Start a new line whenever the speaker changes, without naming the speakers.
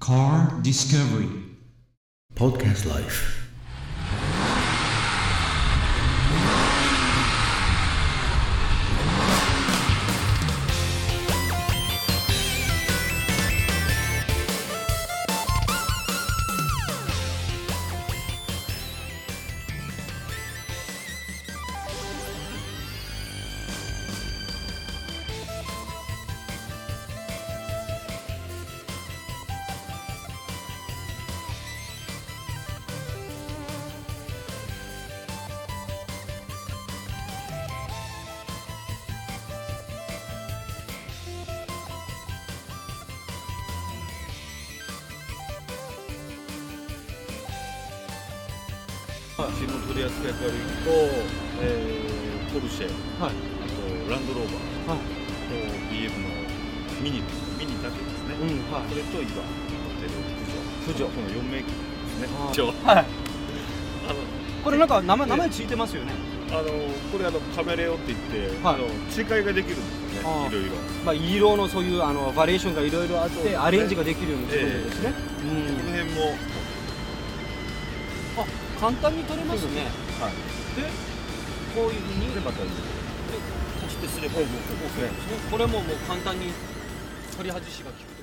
Car Discovery
Podcast Life.
まあ、新の取り扱い軽いと、えー、ポルシェ、あ
はい
とランドローバー
はい。
と BM のミニミニだけですね、
うん、はい
そ。れと今乗ってる
プジョー
この4名機ですね
あー
一応
はい。
あの
これなんか名前名前ついてますよね。
あのこれあのカメレオって言って、
はい
あの追加ができるんですよ
あ
ね
ー
いろいろ
まあ色のそういうあのバリエーションがいろいろあってアレンジができるようにってことですね。
この辺も、
うん。あ、簡単に取れますね。
はい、
で、こういうふうに
で
で
また
こうしてすれば OK ですね。これももう簡単に取り外しが効くと。